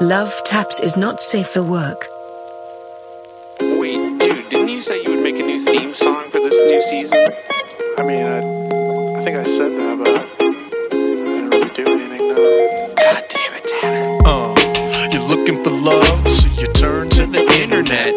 Love taps is not safe for work. Wait, dude, didn't you say you would make a new theme song for this new season? I mean, I, I think I said that, but I, I didn't really do anything now. God damn it, Tanner. Uh, you're looking for love, so you turn to the internet.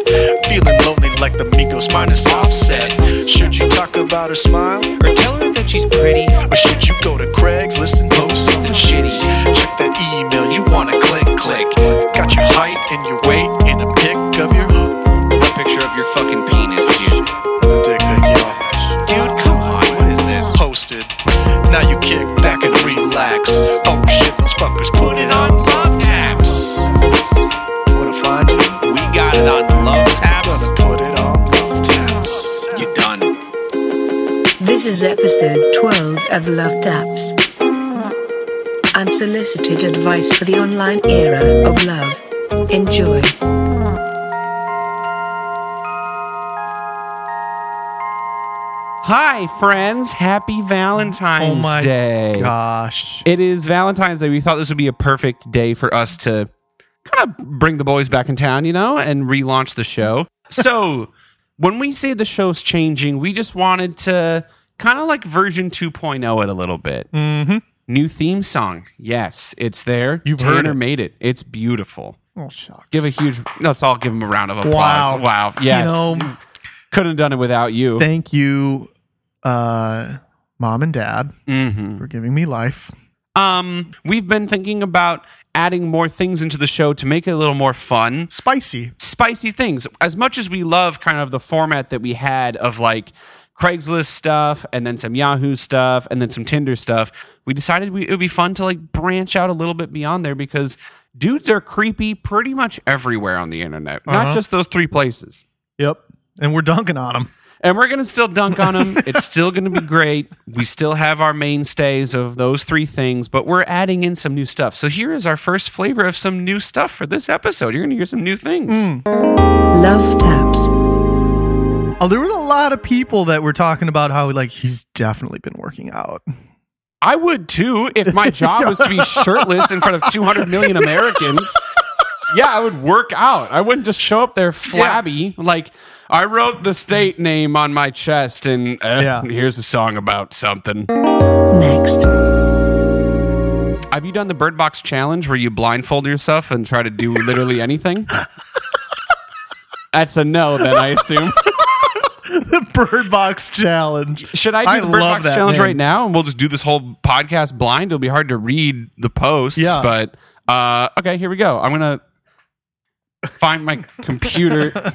Feeling lonely like the Migos minus offset. Should you talk about her smile? Or tell her that she's pretty. Or should you go to Craigslist and post something shitty? Check that email, you wanna click, click. Got your height and your weight and a pic of your. A picture of your fucking penis, dude. That's a dick pic, y'all. Dude, come on, what is this? Posted. Now you kick back and relax. Oh shit, those fuckers put it on love taps. Wanna find you? We got it on Love Taps. Gonna put it on love taps. You done. This is episode 12 of Love Taps. Unsolicited advice for the online era of love. Enjoy. Hi, friends. Happy Valentine's oh my Day. gosh. It is Valentine's Day. We thought this would be a perfect day for us to kind of bring the boys back in town, you know, and relaunch the show. So, when we say the show's changing, we just wanted to kind of like version 2.0 it a little bit. Mm-hmm. New theme song. Yes, it's there. You've Tanner heard it. made it. It's beautiful. Oh, shucks. Give a huge, let's all give him a round of applause. Wow. Wow. You Yes. know- Couldn't have done it without you. Thank you, uh, mom and dad, mm-hmm. for giving me life. Um, we've been thinking about adding more things into the show to make it a little more fun. Spicy. Spicy things. As much as we love kind of the format that we had of like Craigslist stuff and then some Yahoo stuff and then some Tinder stuff, we decided we, it would be fun to like branch out a little bit beyond there because dudes are creepy pretty much everywhere on the internet, not Uh-huh. just those three places Yep. And we're dunking on them. and we're gonna still dunk on them. it's still gonna be great. We still have our mainstays of those three things, but we're adding in some new stuff. So here is our first flavor of some new stuff for this episode. You're gonna hear some new things. Love taps. Oh, there were a lot of people that were talking about how, like, he's definitely been working out. I would too if my job was to be shirtless in front of 200 million Americans. Yeah, I would work out. I wouldn't just show up there flabby. Like, I wrote the state name on my chest, and uh, Yeah. here's a song about something. Next. Have you done the Bird Box challenge where you blindfold yourself and try to do literally anything? That's a no, then I assume. the Bird Box Challenge. Should I do I the Bird love Box that challenge name. right now, and we'll just do this whole podcast blind? It'll be hard to read the posts, Yeah. but uh, okay, here we go. I'm gonna find my computer.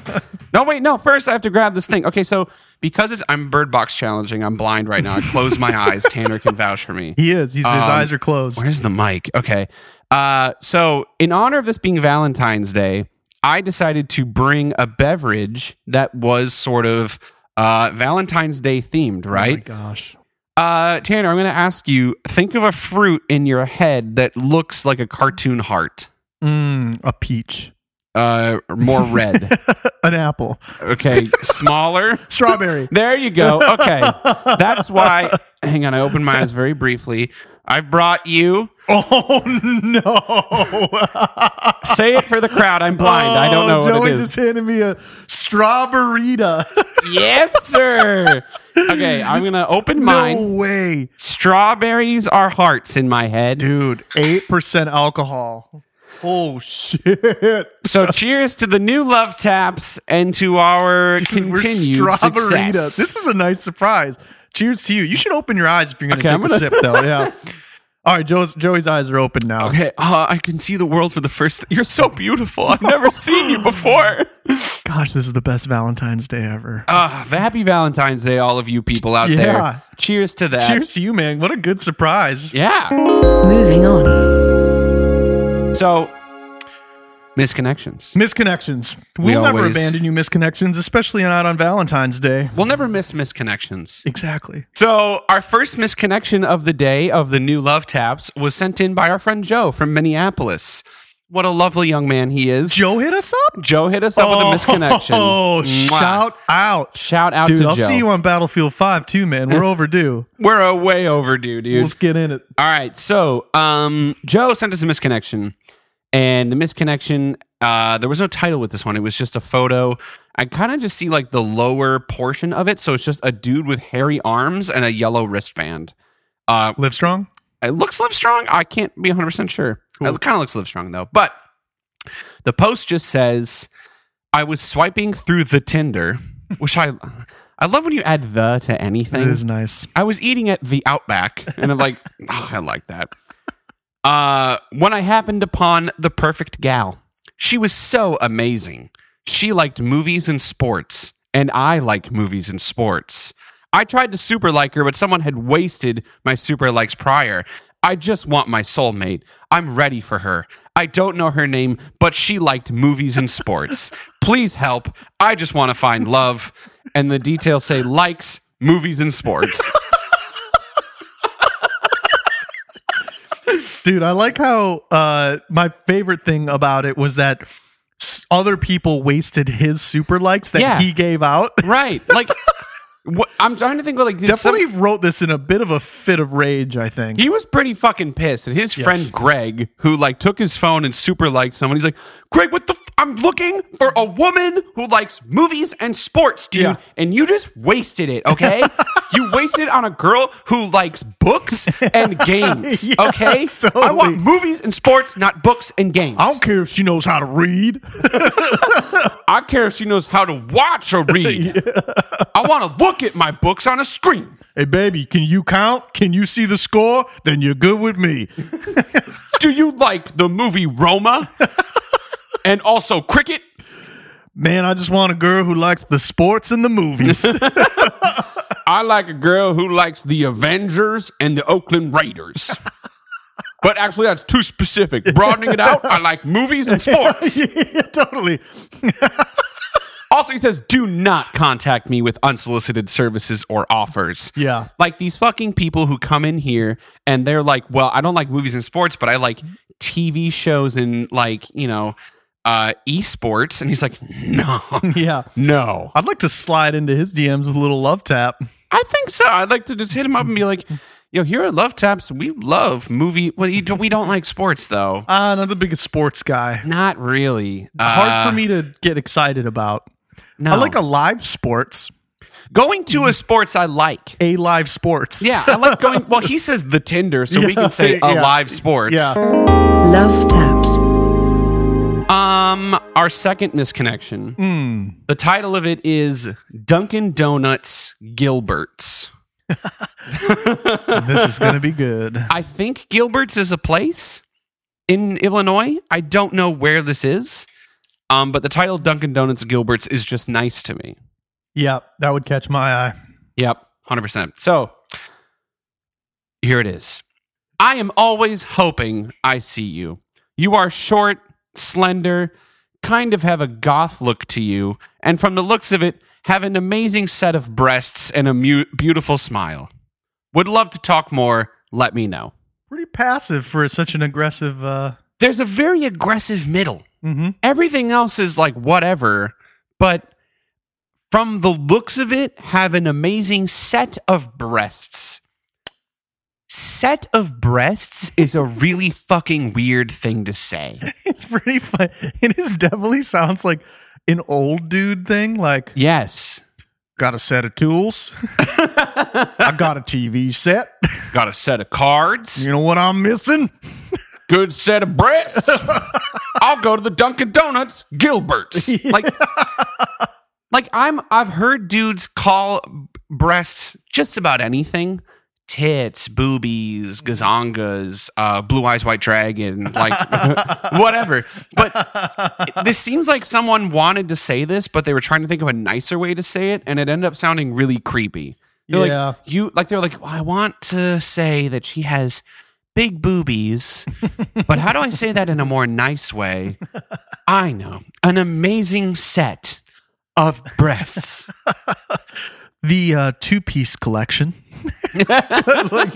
No, wait, no. First, I have to grab this thing. Okay, so because it's, I'm Bird Box challenging, I'm blind right now. I close my eyes. Tanner can vouch for me. He is. He's, his Um, eyes are closed. Where's the mic? Okay. Uh, so, in honor of this being Valentine's Day, I decided to bring a beverage that was sort of uh, Valentine's Day themed, Oh my right? gosh. uh, Tanner, I'm going to ask you think of a fruit in your head that looks like a cartoon heart, Mm, a peach. uh, more red. An apple. okay. Smaller. Strawberry. There you go. Okay. That's why. Hang on. I opened my eyes very briefly. I brought you. oh, no. Say it for the crowd. I'm blind. I don't know Oh, Joey what it is. just handed me a strawberryta. Yes, sir. okay, I'm gonna open mine. no way, Strawberries are hearts in my head. dude. Eight percent alcohol. Oh shit! So cheers to the new love taps and to our We're continued success. This is a nice surprise. Cheers to you. You should open your eyes if you're gonna Okay, take I'm a gonna- sip, though. Yeah. All right, Joe's, Joey's eyes are open now. okay, uh, I can see the world for the first. You're so beautiful. I've never seen you before. Gosh, this is the best Valentine's Day ever. Ah, happy Valentine's Day, all of you people out Yeah. there. Cheers to that. Cheers to you, man. What a good surprise. Uh, Yeah. Moving on. So, misconnections. Misconnections. We'll We never always- abandon you, misconnections, especially not on Valentine's Day. We'll never miss misconnections. Exactly. So, our first misconnection of the day of the new love taps was sent in by our friend Joe from Minneapolis. What a lovely young man he is. Joe hit us up. Joe hit us up with a misconnection. Oh, Mwah. shout out. Shout out Dude, to I'll Joe. see you on Battlefield 5 too, man. We're overdue. We're uh, way overdue, dude. Let's get in it. All right. So, um, Joe sent us a misconnection. and the misconnection. Uh, there was no title with this one. It was just a photo. I kind of just see like the lower portion of it, so it's just a dude with hairy arms and a yellow wristband. Uh, Live strong. it looks Livestrong. I can't be 100% sure. It kind of looks Livestrong though. But the post just says, I was swiping through the Tinder, which I I love when you add the to anything. That is nice. I was eating at the Outback, and I'm like, oh, I like that. Uh, when I happened upon the perfect gal, she was so amazing. She liked movies and sports, and I like movies and sports. I tried to super like her, but someone had wasted my super likes prior. I just want my soulmate. I'm ready for her. I don't know her name, but she liked movies and sports. Please help. I just want to find love. And the details say likes, movies, and sports. Dude, I like how uh, my favorite thing about it was that s- other people wasted his super likes that Yeah. he gave out. Right. Like, what, I'm trying to think of like, did some- Definitely wrote this in a bit of a fit of rage, I think. he was pretty fucking pissed. And his friend Greg, who like took his phone and super liked someone, he's like, Greg, what the? F- I'm looking for a woman who likes movies and sports, dude. Yeah. And you just wasted it, okay? you wasted it on a girl who likes books and games, Yes, okay? I totally. want movies and sports, not books and games. I don't care if she knows how to read. I care if she knows how to watch or read. I want to look at my books on a screen. Hey, baby, can you count? Can you see the score? Then you're good with me. Do you like the movie Roma? and also cricket? Man, I just want a girl who likes the sports and the movies. I like a girl who likes the Avengers and the Oakland Raiders. but actually, that's too specific. Broadening it out, I like movies and sports. yeah, totally. Also, he says, do not contact me with unsolicited services or offers. Yeah. Like these fucking people who come in here and they're like, well, I don't like movies and sports, but I like TV shows and like, you know, uh, esports. And he's like, no, Yeah. no. I'd like to slide into his DMs with a little love tap. I think so. I'd like to just hit him up and be like, "Yo, here at Love Taps, we love movie. Well, you don't, we don't like sports though. Uh, not the biggest sports guy. Not really. Hard Uh, for me to get excited about. No. I like a live sports. going to a sports I like. A live sports. Yeah, I like going. Well, he says the Tinder, so we Yeah, can say a yeah. live sports. Yeah. Love taps. Um, our second misconnection. Mm. Hmm. The title of it is Dunkin' Donuts Gilberts. this is going to be good. I think Gilbert's is a place in Illinois. I don't know where this is, um, but the title Dunkin' Donuts Gilbert's is just nice to me. Yeah, that would catch my eye. Yep, 100%. So here it is. I am always hoping I see you. You are short, slender, kind of have a goth look to you, and from the looks of it, have an amazing set of breasts and a mu- beautiful smile. Would love to talk more. Let me know. Pretty passive for such an aggressive. Uh, there's a very aggressive middle. Mhm. Everything else is like whatever, but from the looks of it, have an amazing set of breasts. Set of breasts is a really fucking weird thing to say. It's pretty fun. It is definitely sounds like an old dude thing. Like, Yes. got a set of tools. I got a TV set. Got a set of cards, You know what I'm missing? good set of breasts. I'll go to the Dunkin' Donuts Gilbert's. Like Like I'm I've heard dudes call b- breasts just about anything. Tits, boobies, gazongas, uh, blue eyes, white dragon, like whatever. But this seems like someone wanted to say this, but they were trying to think of a nicer way to say it, and it ended up sounding really creepy. They're Yeah. like you like they're like, I want to say that she has big boobies, but how do I say that in a more nice way? I know. An amazing set of breasts. The uh, two piece collection. Like,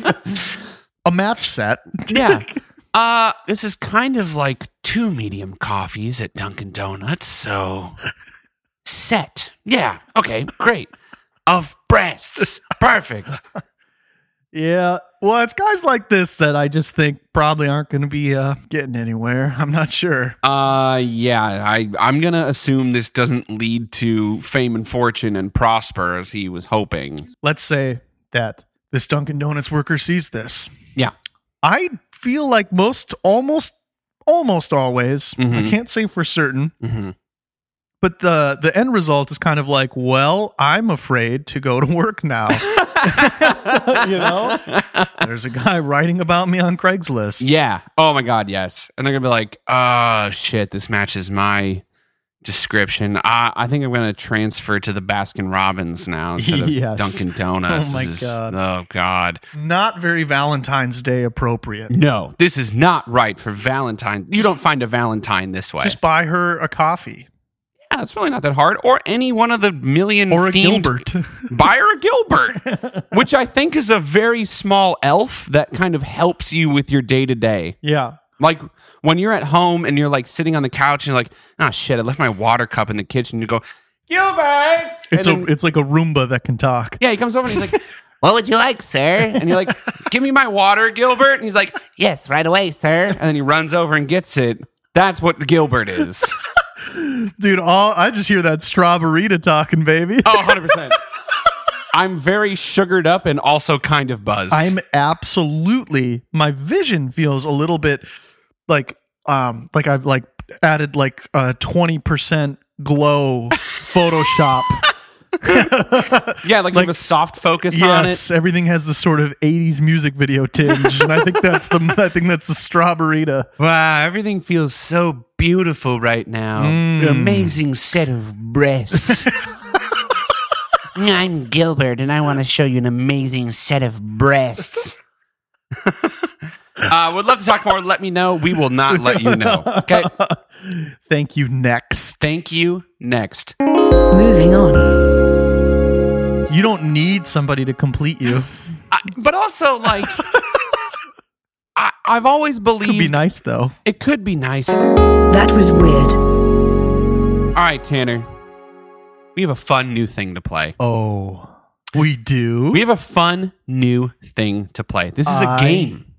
a match set. yeah. Uh, this is kind of like two medium coffees at Dunkin' Donuts. So, set. Yeah. Okay. Great. Of breasts. Perfect. Yeah. Well, it's guys like this that I just think probably aren't going to be uh, getting anywhere. I'm not sure. Uh, yeah, I I'm gonna assume this doesn't lead to fame and fortune and prosper as he was hoping. Let's say that this Dunkin' Donuts worker sees this. Yeah. I feel like most, almost, almost always, Mhm. I can't say for certain, Mm-hmm. but the the end result is kind of like, well, I'm afraid to go to work now. you know, there's a guy writing about me on Craigslist. Yeah. Oh my God. Yes. And they're gonna be like, oh shit, this matches my description. I I think I'm gonna transfer to the Baskin Robbins now instead of Yes. Dunkin' Donuts. Oh, my This is- God. Oh God. Not very Valentine's Day appropriate. No, this is not right for Valentine. You don't find a Valentine this way. Just buy her a coffee yeah, it's really not that hard. Or any one of the million or a themed- Gilbert. Buy her a Gilbert, which I think is a very small elf that kind of helps you with your day to day. yeah. Like when you're at home and you're like sitting on the couch and you're like, oh shit, I left my water cup in the kitchen. You go, Gilbert. And It's then- a it's like a Roomba that can talk. yeah, he comes over and he's like, what would you like, sir? And you're like, give me my water, Gilbert. And he's like, yes, right away, sir. And then he runs over and gets it. That's what Gilbert is. Dude, all I just hear that strawberita talking, baby. Oh, 100%. I'm very sugared up and also kind of buzzed. I'm absolutely my vision feels a little bit like um like I've like added like uh 20% glow Photoshop. yeah, like, like- with a soft focus on it. yes, everything has this sort of 80s music video tinge and I think that's the I think that's the strawberita. Wow, everything feels so beautiful right now. An amazing set of breasts. I'm Gilbert, and I want to show you an amazing set of breasts. uh, would love to talk more. Let me know. We will not let you know. Okay. Thank you next. Thank you. Next. Moving on. You don't need somebody to complete you. I, but also, like, I, I've always Could believed be nice though. it could be nice. All That was weird. right, Tanner. We have a fun new thing to play. Oh. We do. We have a fun new thing to play. This is a I- game.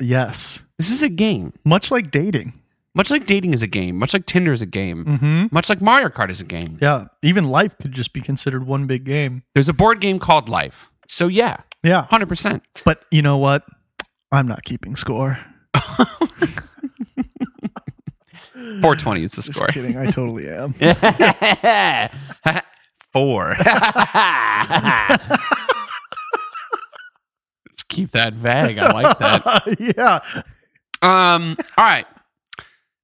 yes. This is a game. Much like dating. Much like dating is a game, much like Tinder is a game, much like Mario Kart is a game. Mm-hmm. Yeah, even life could just be considered one big game. There's a board game called Life. So yeah, Yeah. 100%. But you know what? I'm not keeping score. 420 is the Just score. kidding. I totally am. Four. Let's keep that vague. I like that. yeah. Um, all right.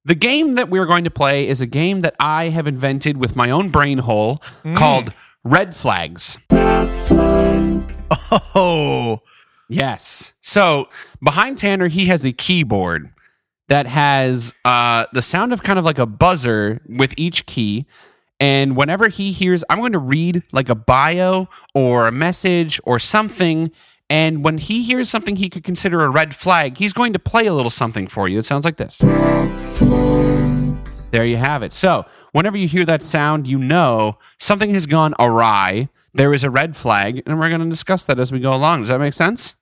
The game that we're going to play is a game that I have invented with my own brain hole called Red Flags. Oh, Yes. So behind Tanner, he has a keyboard that has uh, the sound of kind of like a buzzer with each key. And whenever he hears, I'm going to read like a bio or a message or something. And when he hears something he could consider a red flag, he's going to play a little something for you. It sounds like this. There you have it. So, whenever you hear that sound, you know something has gone awry. There is a red flag, and we're going to discuss that as we go along. Does that make sense?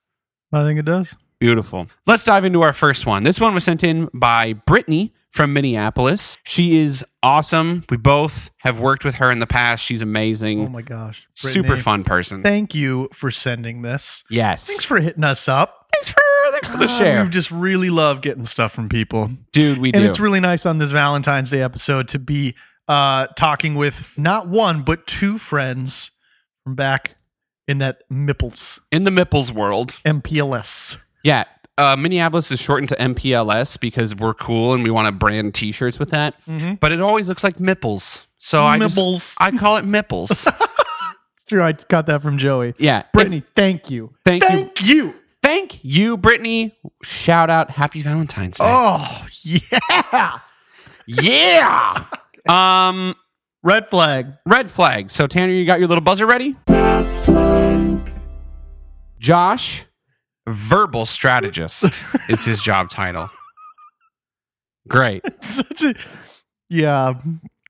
I think it does. Beautiful. Let's dive into our first one. This one was sent in by Brittany from Minneapolis. She is awesome. We both have worked with her in the past. She's amazing. Oh my gosh. Super Brittany, fun person. Thank you for sending this. yes. Thanks for hitting us up. thanks for, thanks for the share. We just really love getting stuff from people. Dude, we do. and it's really nice on this Valentine's Day episode to be uh, talking with not one, but two friends from back in that Mipples, in the Mipples world. MPLS. Yeah. Uh, Minneapolis is shortened to MPLS because we're cool and we want to brand T-shirts with that. But it always looks like Mipples, so Oh, I just- Mm-hmm. Mipples. I call it Mipples. Sure, I got that from Joey. yeah, Brittany, thank you. Thank you. you. If- thank you, Brittany. Shout out, Happy Valentine's Day. Oh, yeah. yeah. um, Red flag. red flag. So Tanner, you got your little buzzer ready? Red flag. Josh, verbal strategist is his job title. Great. Such a Yeah.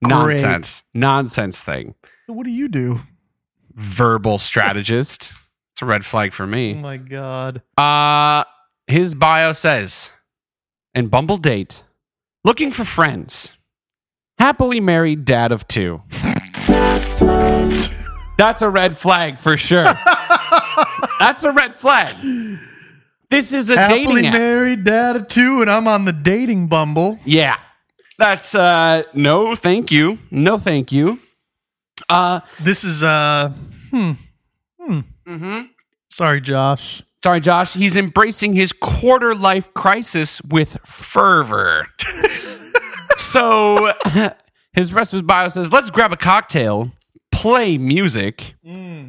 nonsense nonsense thing What do you do? verbal strategist It's a red flag for Oh me. my god. Uh, his bio says, "In Bumble date, looking for friends, happily married dad of two. That's a red flag for sure. That's a red flag. This is a Happily dating app. married, dad of two, and I'm on the dating Bumble. Yeah. That's uh no thank you. No thank you. Uh This is uh, hmm, hmm. Mm-hmm. Sorry, Josh. sorry Josh, he's embracing his quarter life crisis with fervor. so his rest of his bio says, "Let's grab a cocktail, play music,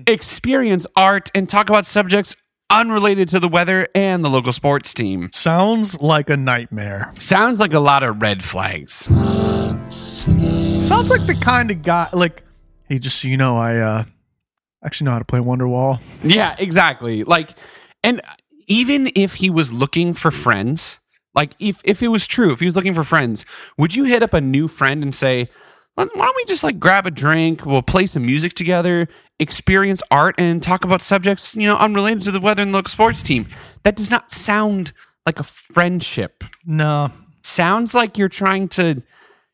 experience art and talk about subjects unrelated to the weather and the local sports team." Sounds like a nightmare. Sounds like a lot of red flags. Sounds like the kind of guy like, hey, just so you know, I uh, actually know how to play Wonderwall. Yeah, exactly. Like, and even if he was looking for friends, like if if it was true, if he was looking for friends, would you hit up a new friend and say, "Why why don't we just like grab a drink? We'll play some music together, experience art, and talk about subjects you know unrelated to the weather and local sports team." That does not sound like a friendship. No, Sounds like you're trying to,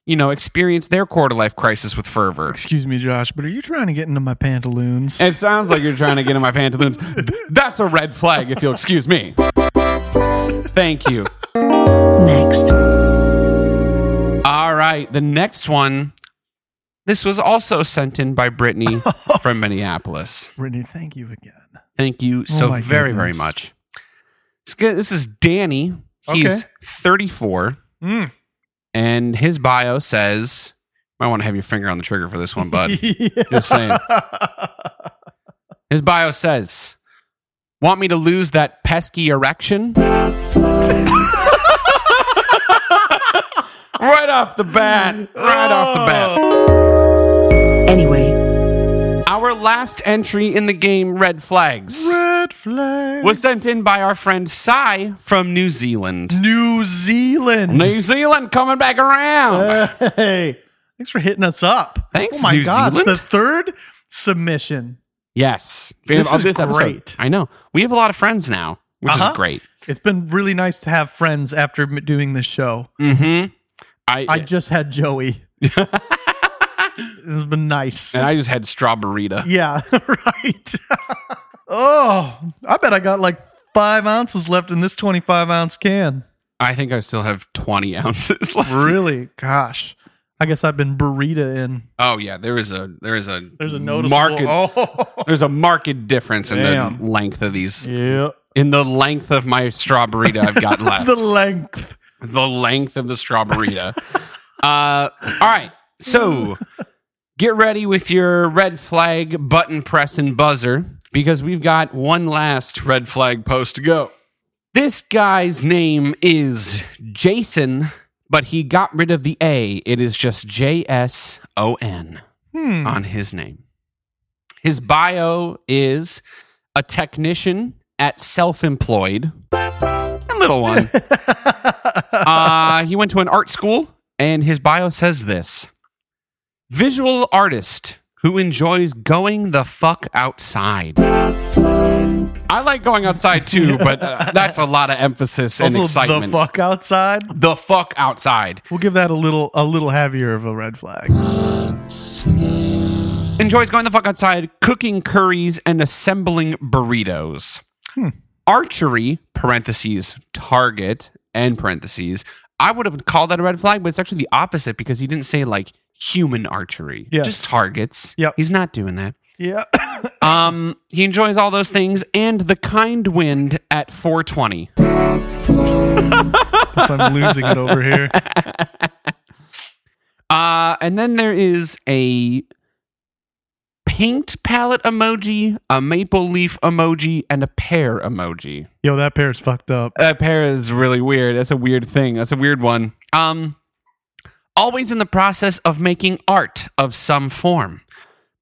you know, experience their quarter life crisis with fervor. excuse me, Josh, but are you trying to get into my pantaloons? It sounds like you're trying to get in my pantaloons. That's a red flag, if you'll excuse me. Thank you. Next. All right, the next one. This was also sent in by Brittany from Minneapolis. Brittany, thank you again. Thank you so Oh my very, very goodness. much. It's good- This is Danny. He's Okay. 34, Mm. and his bio says, might want to have your finger on the trigger for this one, bud. Just saying. His bio says, Want me to lose that pesky erection? right off the bat. Right off the Oh. bat. Anyway. Our last entry in the game, Red Flags, Red flag. was sent in by our friend Sai from New Zealand. New Uh, Zealand? New Zealand coming back around. Hey, thanks for hitting us up. Thanks, Oh my New God, Zealand. it's the third submission. yes. This Of is episode. great. I know. We have a lot of friends now, which Uh-huh. is great. It's been really nice to have friends after m- doing this show. Mm-hmm. I, I just had Joey. it's been nice. and I just had strawberita. yeah, right. oh, I bet I got like five ounces left in this 25 ounce can. I think I still have 20 ounces left. Really? Gosh. I guess I've been burrito in. Oh yeah, there is a there is a There's a noticeable. market Oh. there's a marked difference in Damn. the length of these yeah. in the length of my strawberry I've got left. The the, length. length of the strawberry. uh all right. So get ready with your red flag button press and buzzer because we've got one last red flag post to go. This guy's name is Jason, but he got rid of the A. It is just J S O N Hmm. on his name. His bio is a technician at self employed. A little one. uh, he went to an art school, and his bio says this visual artist who enjoys going the fuck outside. I like going outside too, but uh, that's a lot of emphasis and also, excitement. the fuck outside. the fuck outside. We'll give that a little, a little heavier of a red flag. enjoys going the fuck outside, cooking curries, and assembling burritos. Hmm. Archery, parentheses, target, and parentheses. I would have called that a red flag, but it's actually the opposite because he didn't say like human archery, Yes. just targets. Yep. He's not doing that. Yeah. Um, he enjoys all those things and the kind wind at 420. Guess I'm losing it over here. Uh, and then there is a paint palette emoji, a maple leaf emoji, and a pear emoji. Yo, that pair's fucked up. That pair Uh, is really weird. That's a weird thing. That's a weird one. Um, always in the process of making art of some form.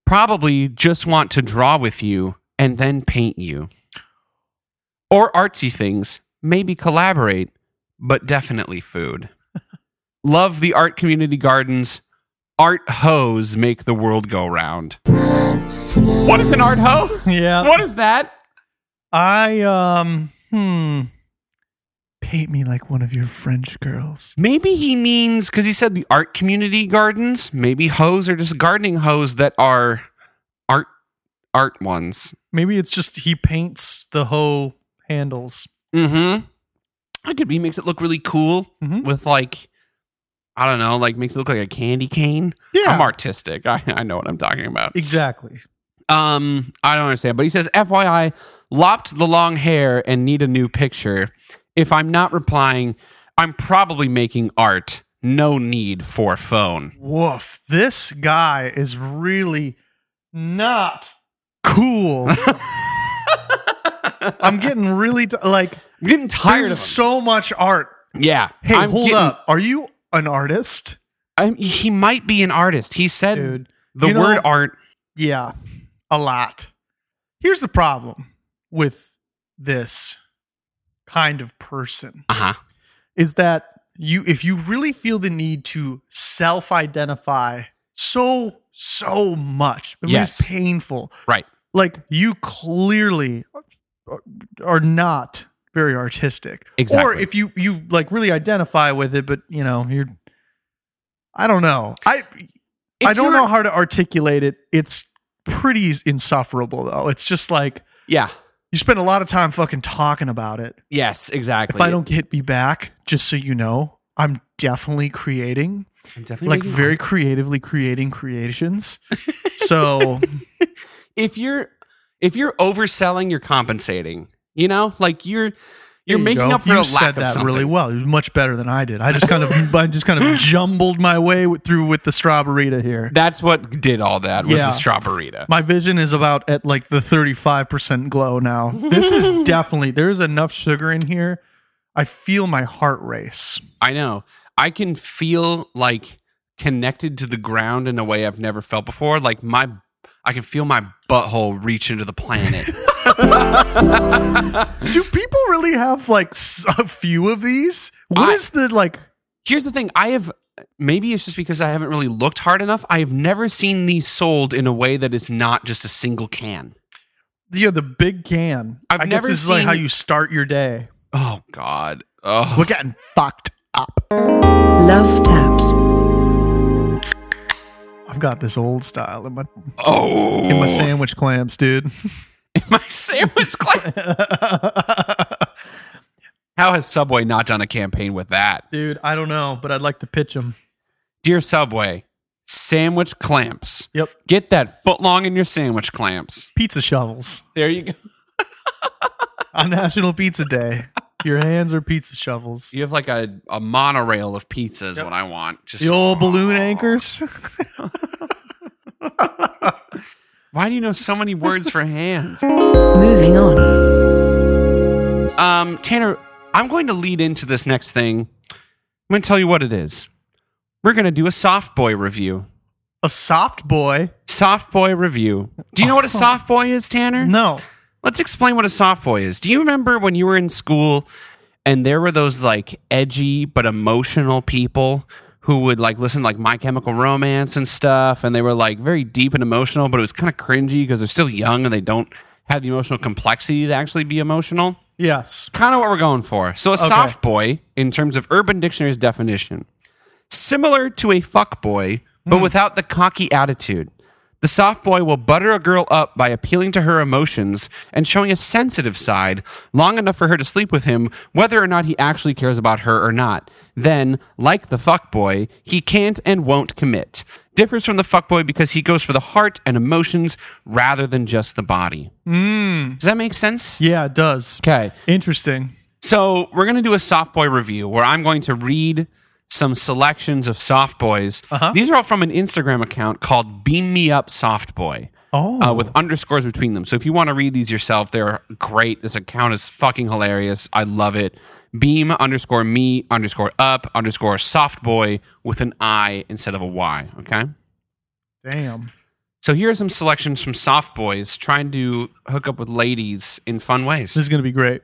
Probably just want to draw with you and then paint you. Or artsy things, maybe collaborate, but definitely food. Love the art community gardens. Art hoes make the world go round. What is an art hoe? Yeah. What is that? I um hmm paint me like one of your French girls. Maybe he means because he said the art community gardens. Maybe hoes are just gardening hoes that are art art ones. Maybe it's just he paints the hoe handles. Mm-hmm. I could be makes it look really cool Mhm. with like I don't know, like makes it look like a candy cane. I'm artistic. I, I know what I'm talking about. E exactly. Um, I don't understand, but he says, FYI, lopped the long hair and need a new picture. If I'm not replying, I'm probably making art. No need for phone. Woof. This guy is really not cool. I'm getting really t- like I'm getting tired there's of him. so much art. Yeah. Hey, I'm hold getting- up. Are you an artist, I'm, he might be an artist. He said dude? the you know- word art. Yeah, a lot. Here's the problem with this kind of person Uh huh. is that you if you really feel the need to self-identify so so much, I mean, Yes. it's painful. Right. Like you clearly are not very artistic. Or Exactly. if you you like really identify with it but, you know, you're I don't know. I I If don't you're- know how to articulate it. It's pretty insufferable though. It's just like Yeah. you spend a lot of time fucking talking about it. Yes, exactly. If I don't get me back, just so you know, I'm definitely creating, I'm definitely like making very creatively creating creations. so if you're if you're overselling, you're compensating. You know, like you're you're There you making go. up for you a said lack of that something. really well. It was much better than I did. I just kind of I just kind of jumbled my way with, through with the strawberry here. That's what did all that was Yeah. the strawberita. My vision is about at like the 35% glow now. This is definitely there's enough sugar in here. I feel my heart race. I know. I can feel like connected to the ground in a way I've never felt before. Like my I can feel my butthole reach into the planet. Do people really have like s- a few of these? What I- is the like Here's the thing. I have maybe it's just because I haven't really looked hard enough. I have never seen these sold in a way that is not just a single can. yeah, the big can. I've I guess never this is like how seen- you start your day. Oh God. Oh We're getting fucked up. Love taps. I've got this old style in my oh in my sandwich clamps, dude. my sandwich glass. How has Subway not done a campaign with that? dude, I don't know, but I'd like to pitch them. Dear Subway, sandwich clamps. Yep. Get that foot long in your sandwich clamps. Pizza shovels There you go. on National Pizza Day. Your hands are pizza shovels. You have like a, a monorail of pizza is what I want. Just The old balloon anchors. why do you know so many words for hands? Moving on. Um, Tanner, I'm going to lead into this next thing. I'm going to tell you what it is. We're going to do a soft boy review. A soft boy. Soft boy review. Do you know what a soft boy is, Tanner? No. Let's explain what a soft boy is. Do you remember when you were in school and there were those like edgy but emotional people who would like listen to like My Chemical Romance and stuff and they were like very deep and emotional, but it was kind of cringy because they're still young and they don't have the emotional complexity to actually be emotional? Yes. Kind of what we're going for. So a soft boy, in terms of Urban Dictionary's definition, similar to a fuck boy, but without the cocky attitude. The soft boy will butter a girl up by appealing to her emotions and showing a sensitive side long enough for her to sleep with him, whether or not he actually cares about her or not. Then, like the fuck boy, he can't and won't commit. Differs from the fuck boy because he goes for the heart and emotions rather than just the body. Does that make sense? Yeah, it does. Okay. Interesting. So we're gonna do a soft boy review where I'm going to read some selections of soft boys. These are all from an Instagram account called Beam Me Up Soft Boy. Oh. Uh, with underscores between them. So if you want to read these yourself, they're great. This account is fucking hilarious. I love it. Beam underscore me underscore up underscore soft boy with an I instead of a Y. Okay. Damn. So here are some selections from soft boys trying to hook up with ladies in fun ways. This is going to be great.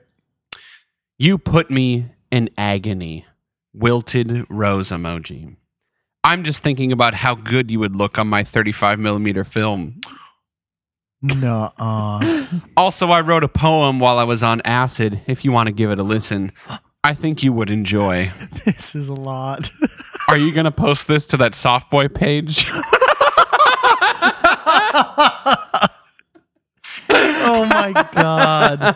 You put me in agony. Wilted rose emoji. I'm just thinking about how good you would look on my 35 millimeter film. No, uh, Also, I wrote a poem while I was on acid. If you want to give it a listen, I think you would enjoy. this is a lot. Are you going to post this to that soft boy page? oh my god,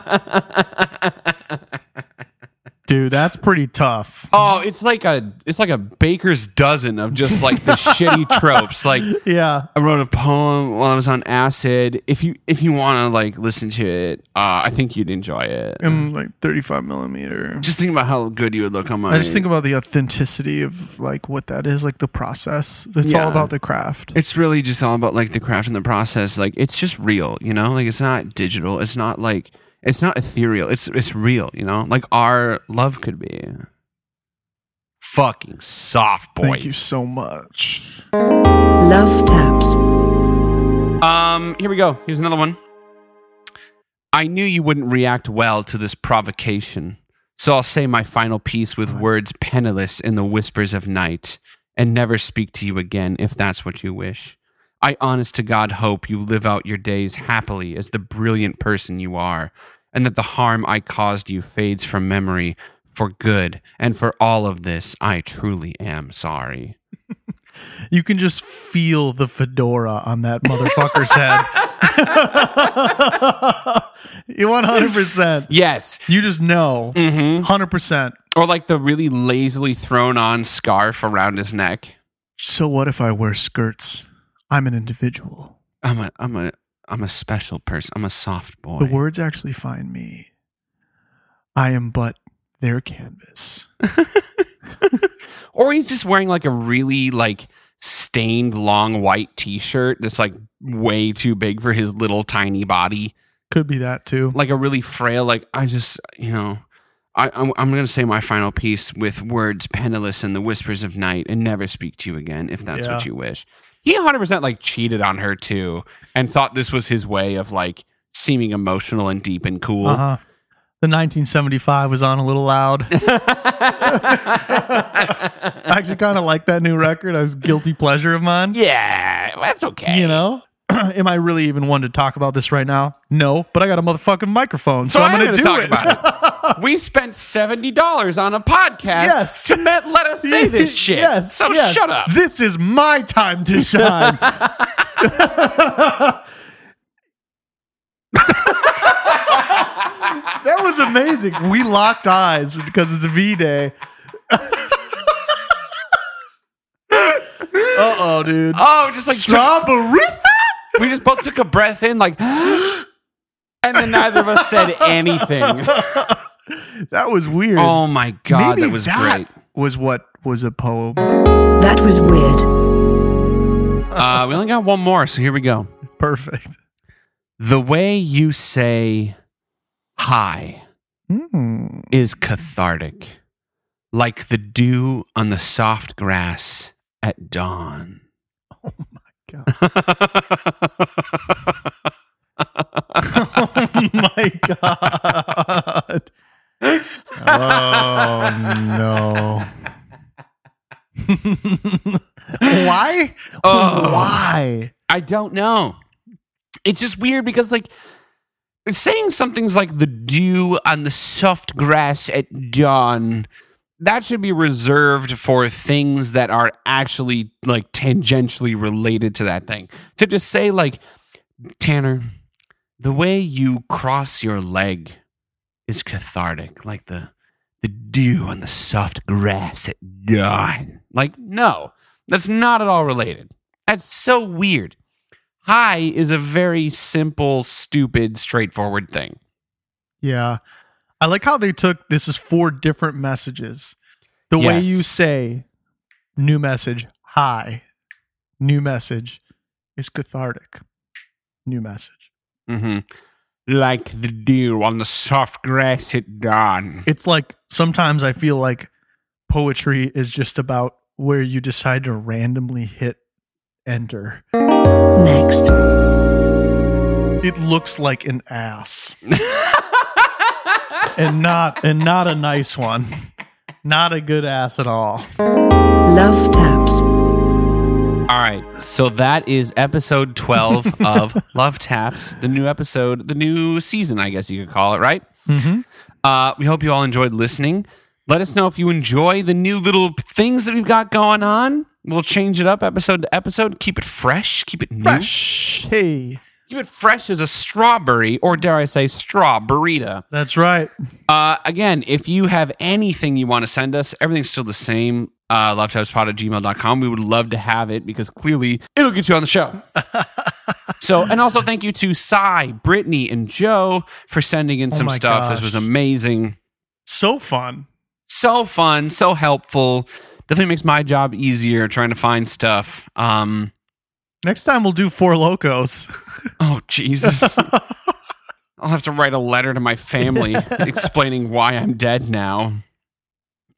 dude, that's pretty tough. oh, it's like a it's like a baker's dozen of just like the shitty tropes. Like Yeah, I wrote a poem while I was on acid. If you if you want to like listen to it, uh, I think you'd enjoy it. I'm like 35 millimeter. Mm. Just think about how good you would look on my. I just think about the authenticity of like what that is, like the process. It's Yeah. all about the craft. it's really just all about like the craft and the process. Like it's just real, you know. Like it's not digital. It's not like it's not ethereal. It's it's real, you know. Like our love could be. Fucking soft boys. Thank you so much. Love taps. Um, here we go. Here's another one. I knew you wouldn't react well to this provocation, so I'll say my final piece with words penniless in the whispers of night and never speak to you again if that's what you wish. I honest to God hope you live out your days happily as the brilliant person you are, and that the harm I caused you fades from memory for good. And for all of this, I truly am sorry. You can just feel the fedora on that motherfucker's head. you 100%. Yes. You just know. 100%. Or like the really lazily thrown on scarf around his neck. So what if I wear skirts? I'm an individual. I'm a I'm a I'm a special person. I'm a soft boy. The words actually find me. I am but their canvas. or he's just wearing like a really like stained long white t-shirt that's like way too big for his little tiny body. Could be that too. Like a really frail like I just, you know, I I'm, I'm going to say my final piece with words penniless in the whispers of night and never speak to you again if that's what Yeah. you wish. He 100% like cheated on her too and thought this was his way of like seeming emotional and deep and cool. Uh-huh. The 1975 was on a little loud. I actually kind of like that new record. I was guilty pleasure of mine. Yeah, that's okay. You know? Am I really even one to talk about this right now? No, but I got a motherfucking microphone, so, I'm I am going to do talk it. about it. We spent seventy dollars on a podcast Yes. to met, let us say this shit. yes. so yes. shut up. This is my time to shine. that was amazing. We locked eyes because it's V Day. uh oh, dude. Oh, just like Strawberry. took- we just both took a breath in, like, and then neither of us said anything. That was weird. oh my god, that was great. Was what was a poem. That was weird. Uh, we only got one more, so here we go. Perfect. The way you say hi is cathartic, like the dew on the soft grass at dawn. Oh my God. oh my god. Oh no. Why? Oh. Why? I don't know. It's just weird because, like, saying something's like the dew on the soft grass at dawn, that should be reserved for things that are actually, like, tangentially related to that thing. To just say, like, Tanner, the way you cross your leg is cathartic, like the, the dew on the soft grass at dawn. Like, no, that's not at all related. That's so weird. Hi is a very simple, stupid, straightforward thing. Yeah. I like how they took this is four different messages. The way Yes. you say new message, hi, new message is cathartic. New message. Mm-hmm. Like the dew on the soft grass at dawn. It's like sometimes I feel like poetry is just about where you decide to randomly hit enter. Next. it looks like an ass and not and not a nice one not a good ass at all Love taps. All right. So that is episode 12 of Love Taps, the new episode, the new season, I guess you could call it, right? Uh, we hope you all enjoyed listening. Let us know if you enjoy the new little things that we've got going on. We'll change it up episode to episode. Keep it fresh. Keep it new. Hey, Keep it fresh as a strawberry, or dare I say, straw burrito. that's right. Uh, again, if you have anything you want to send us, everything's still the same. Uh, lovetapspod at gmail.com. We would love to have it because clearly it'll get you on the show. so, and also thank you to Cy, Brittany, and Joe for sending in Oh some my stuff. This gosh. was amazing. So fun. So fun, so helpful. Definitely makes my job easier trying to find stuff. Um, Next time we'll do four locos. oh, Jesus. I'll have to write a letter to my family explaining why I'm dead now.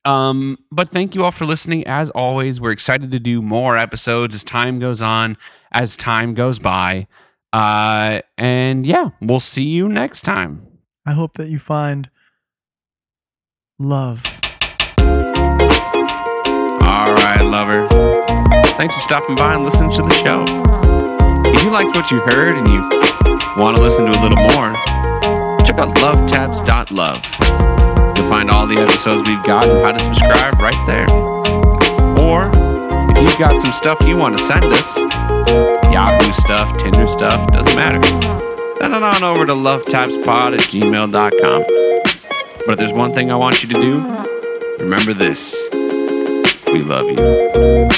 Um, but thank you all for listening. As always, we're excited to do more episodes as time goes on, as time goes by. Uh, and yeah, we'll see you next time. I hope that you find love. All right, lover. Thanks for stopping by and listening to the show. If you liked what you heard and you want to listen to a little more, check out lovetaps.love. You'll find all the episodes we've got and how to subscribe right there. Or if you've got some stuff you want to send us, Yahoo stuff, Tinder stuff, doesn't matter. Send it on over to lovetapspod at gmail.com. But if there's one thing I want you to do, remember this. We love you.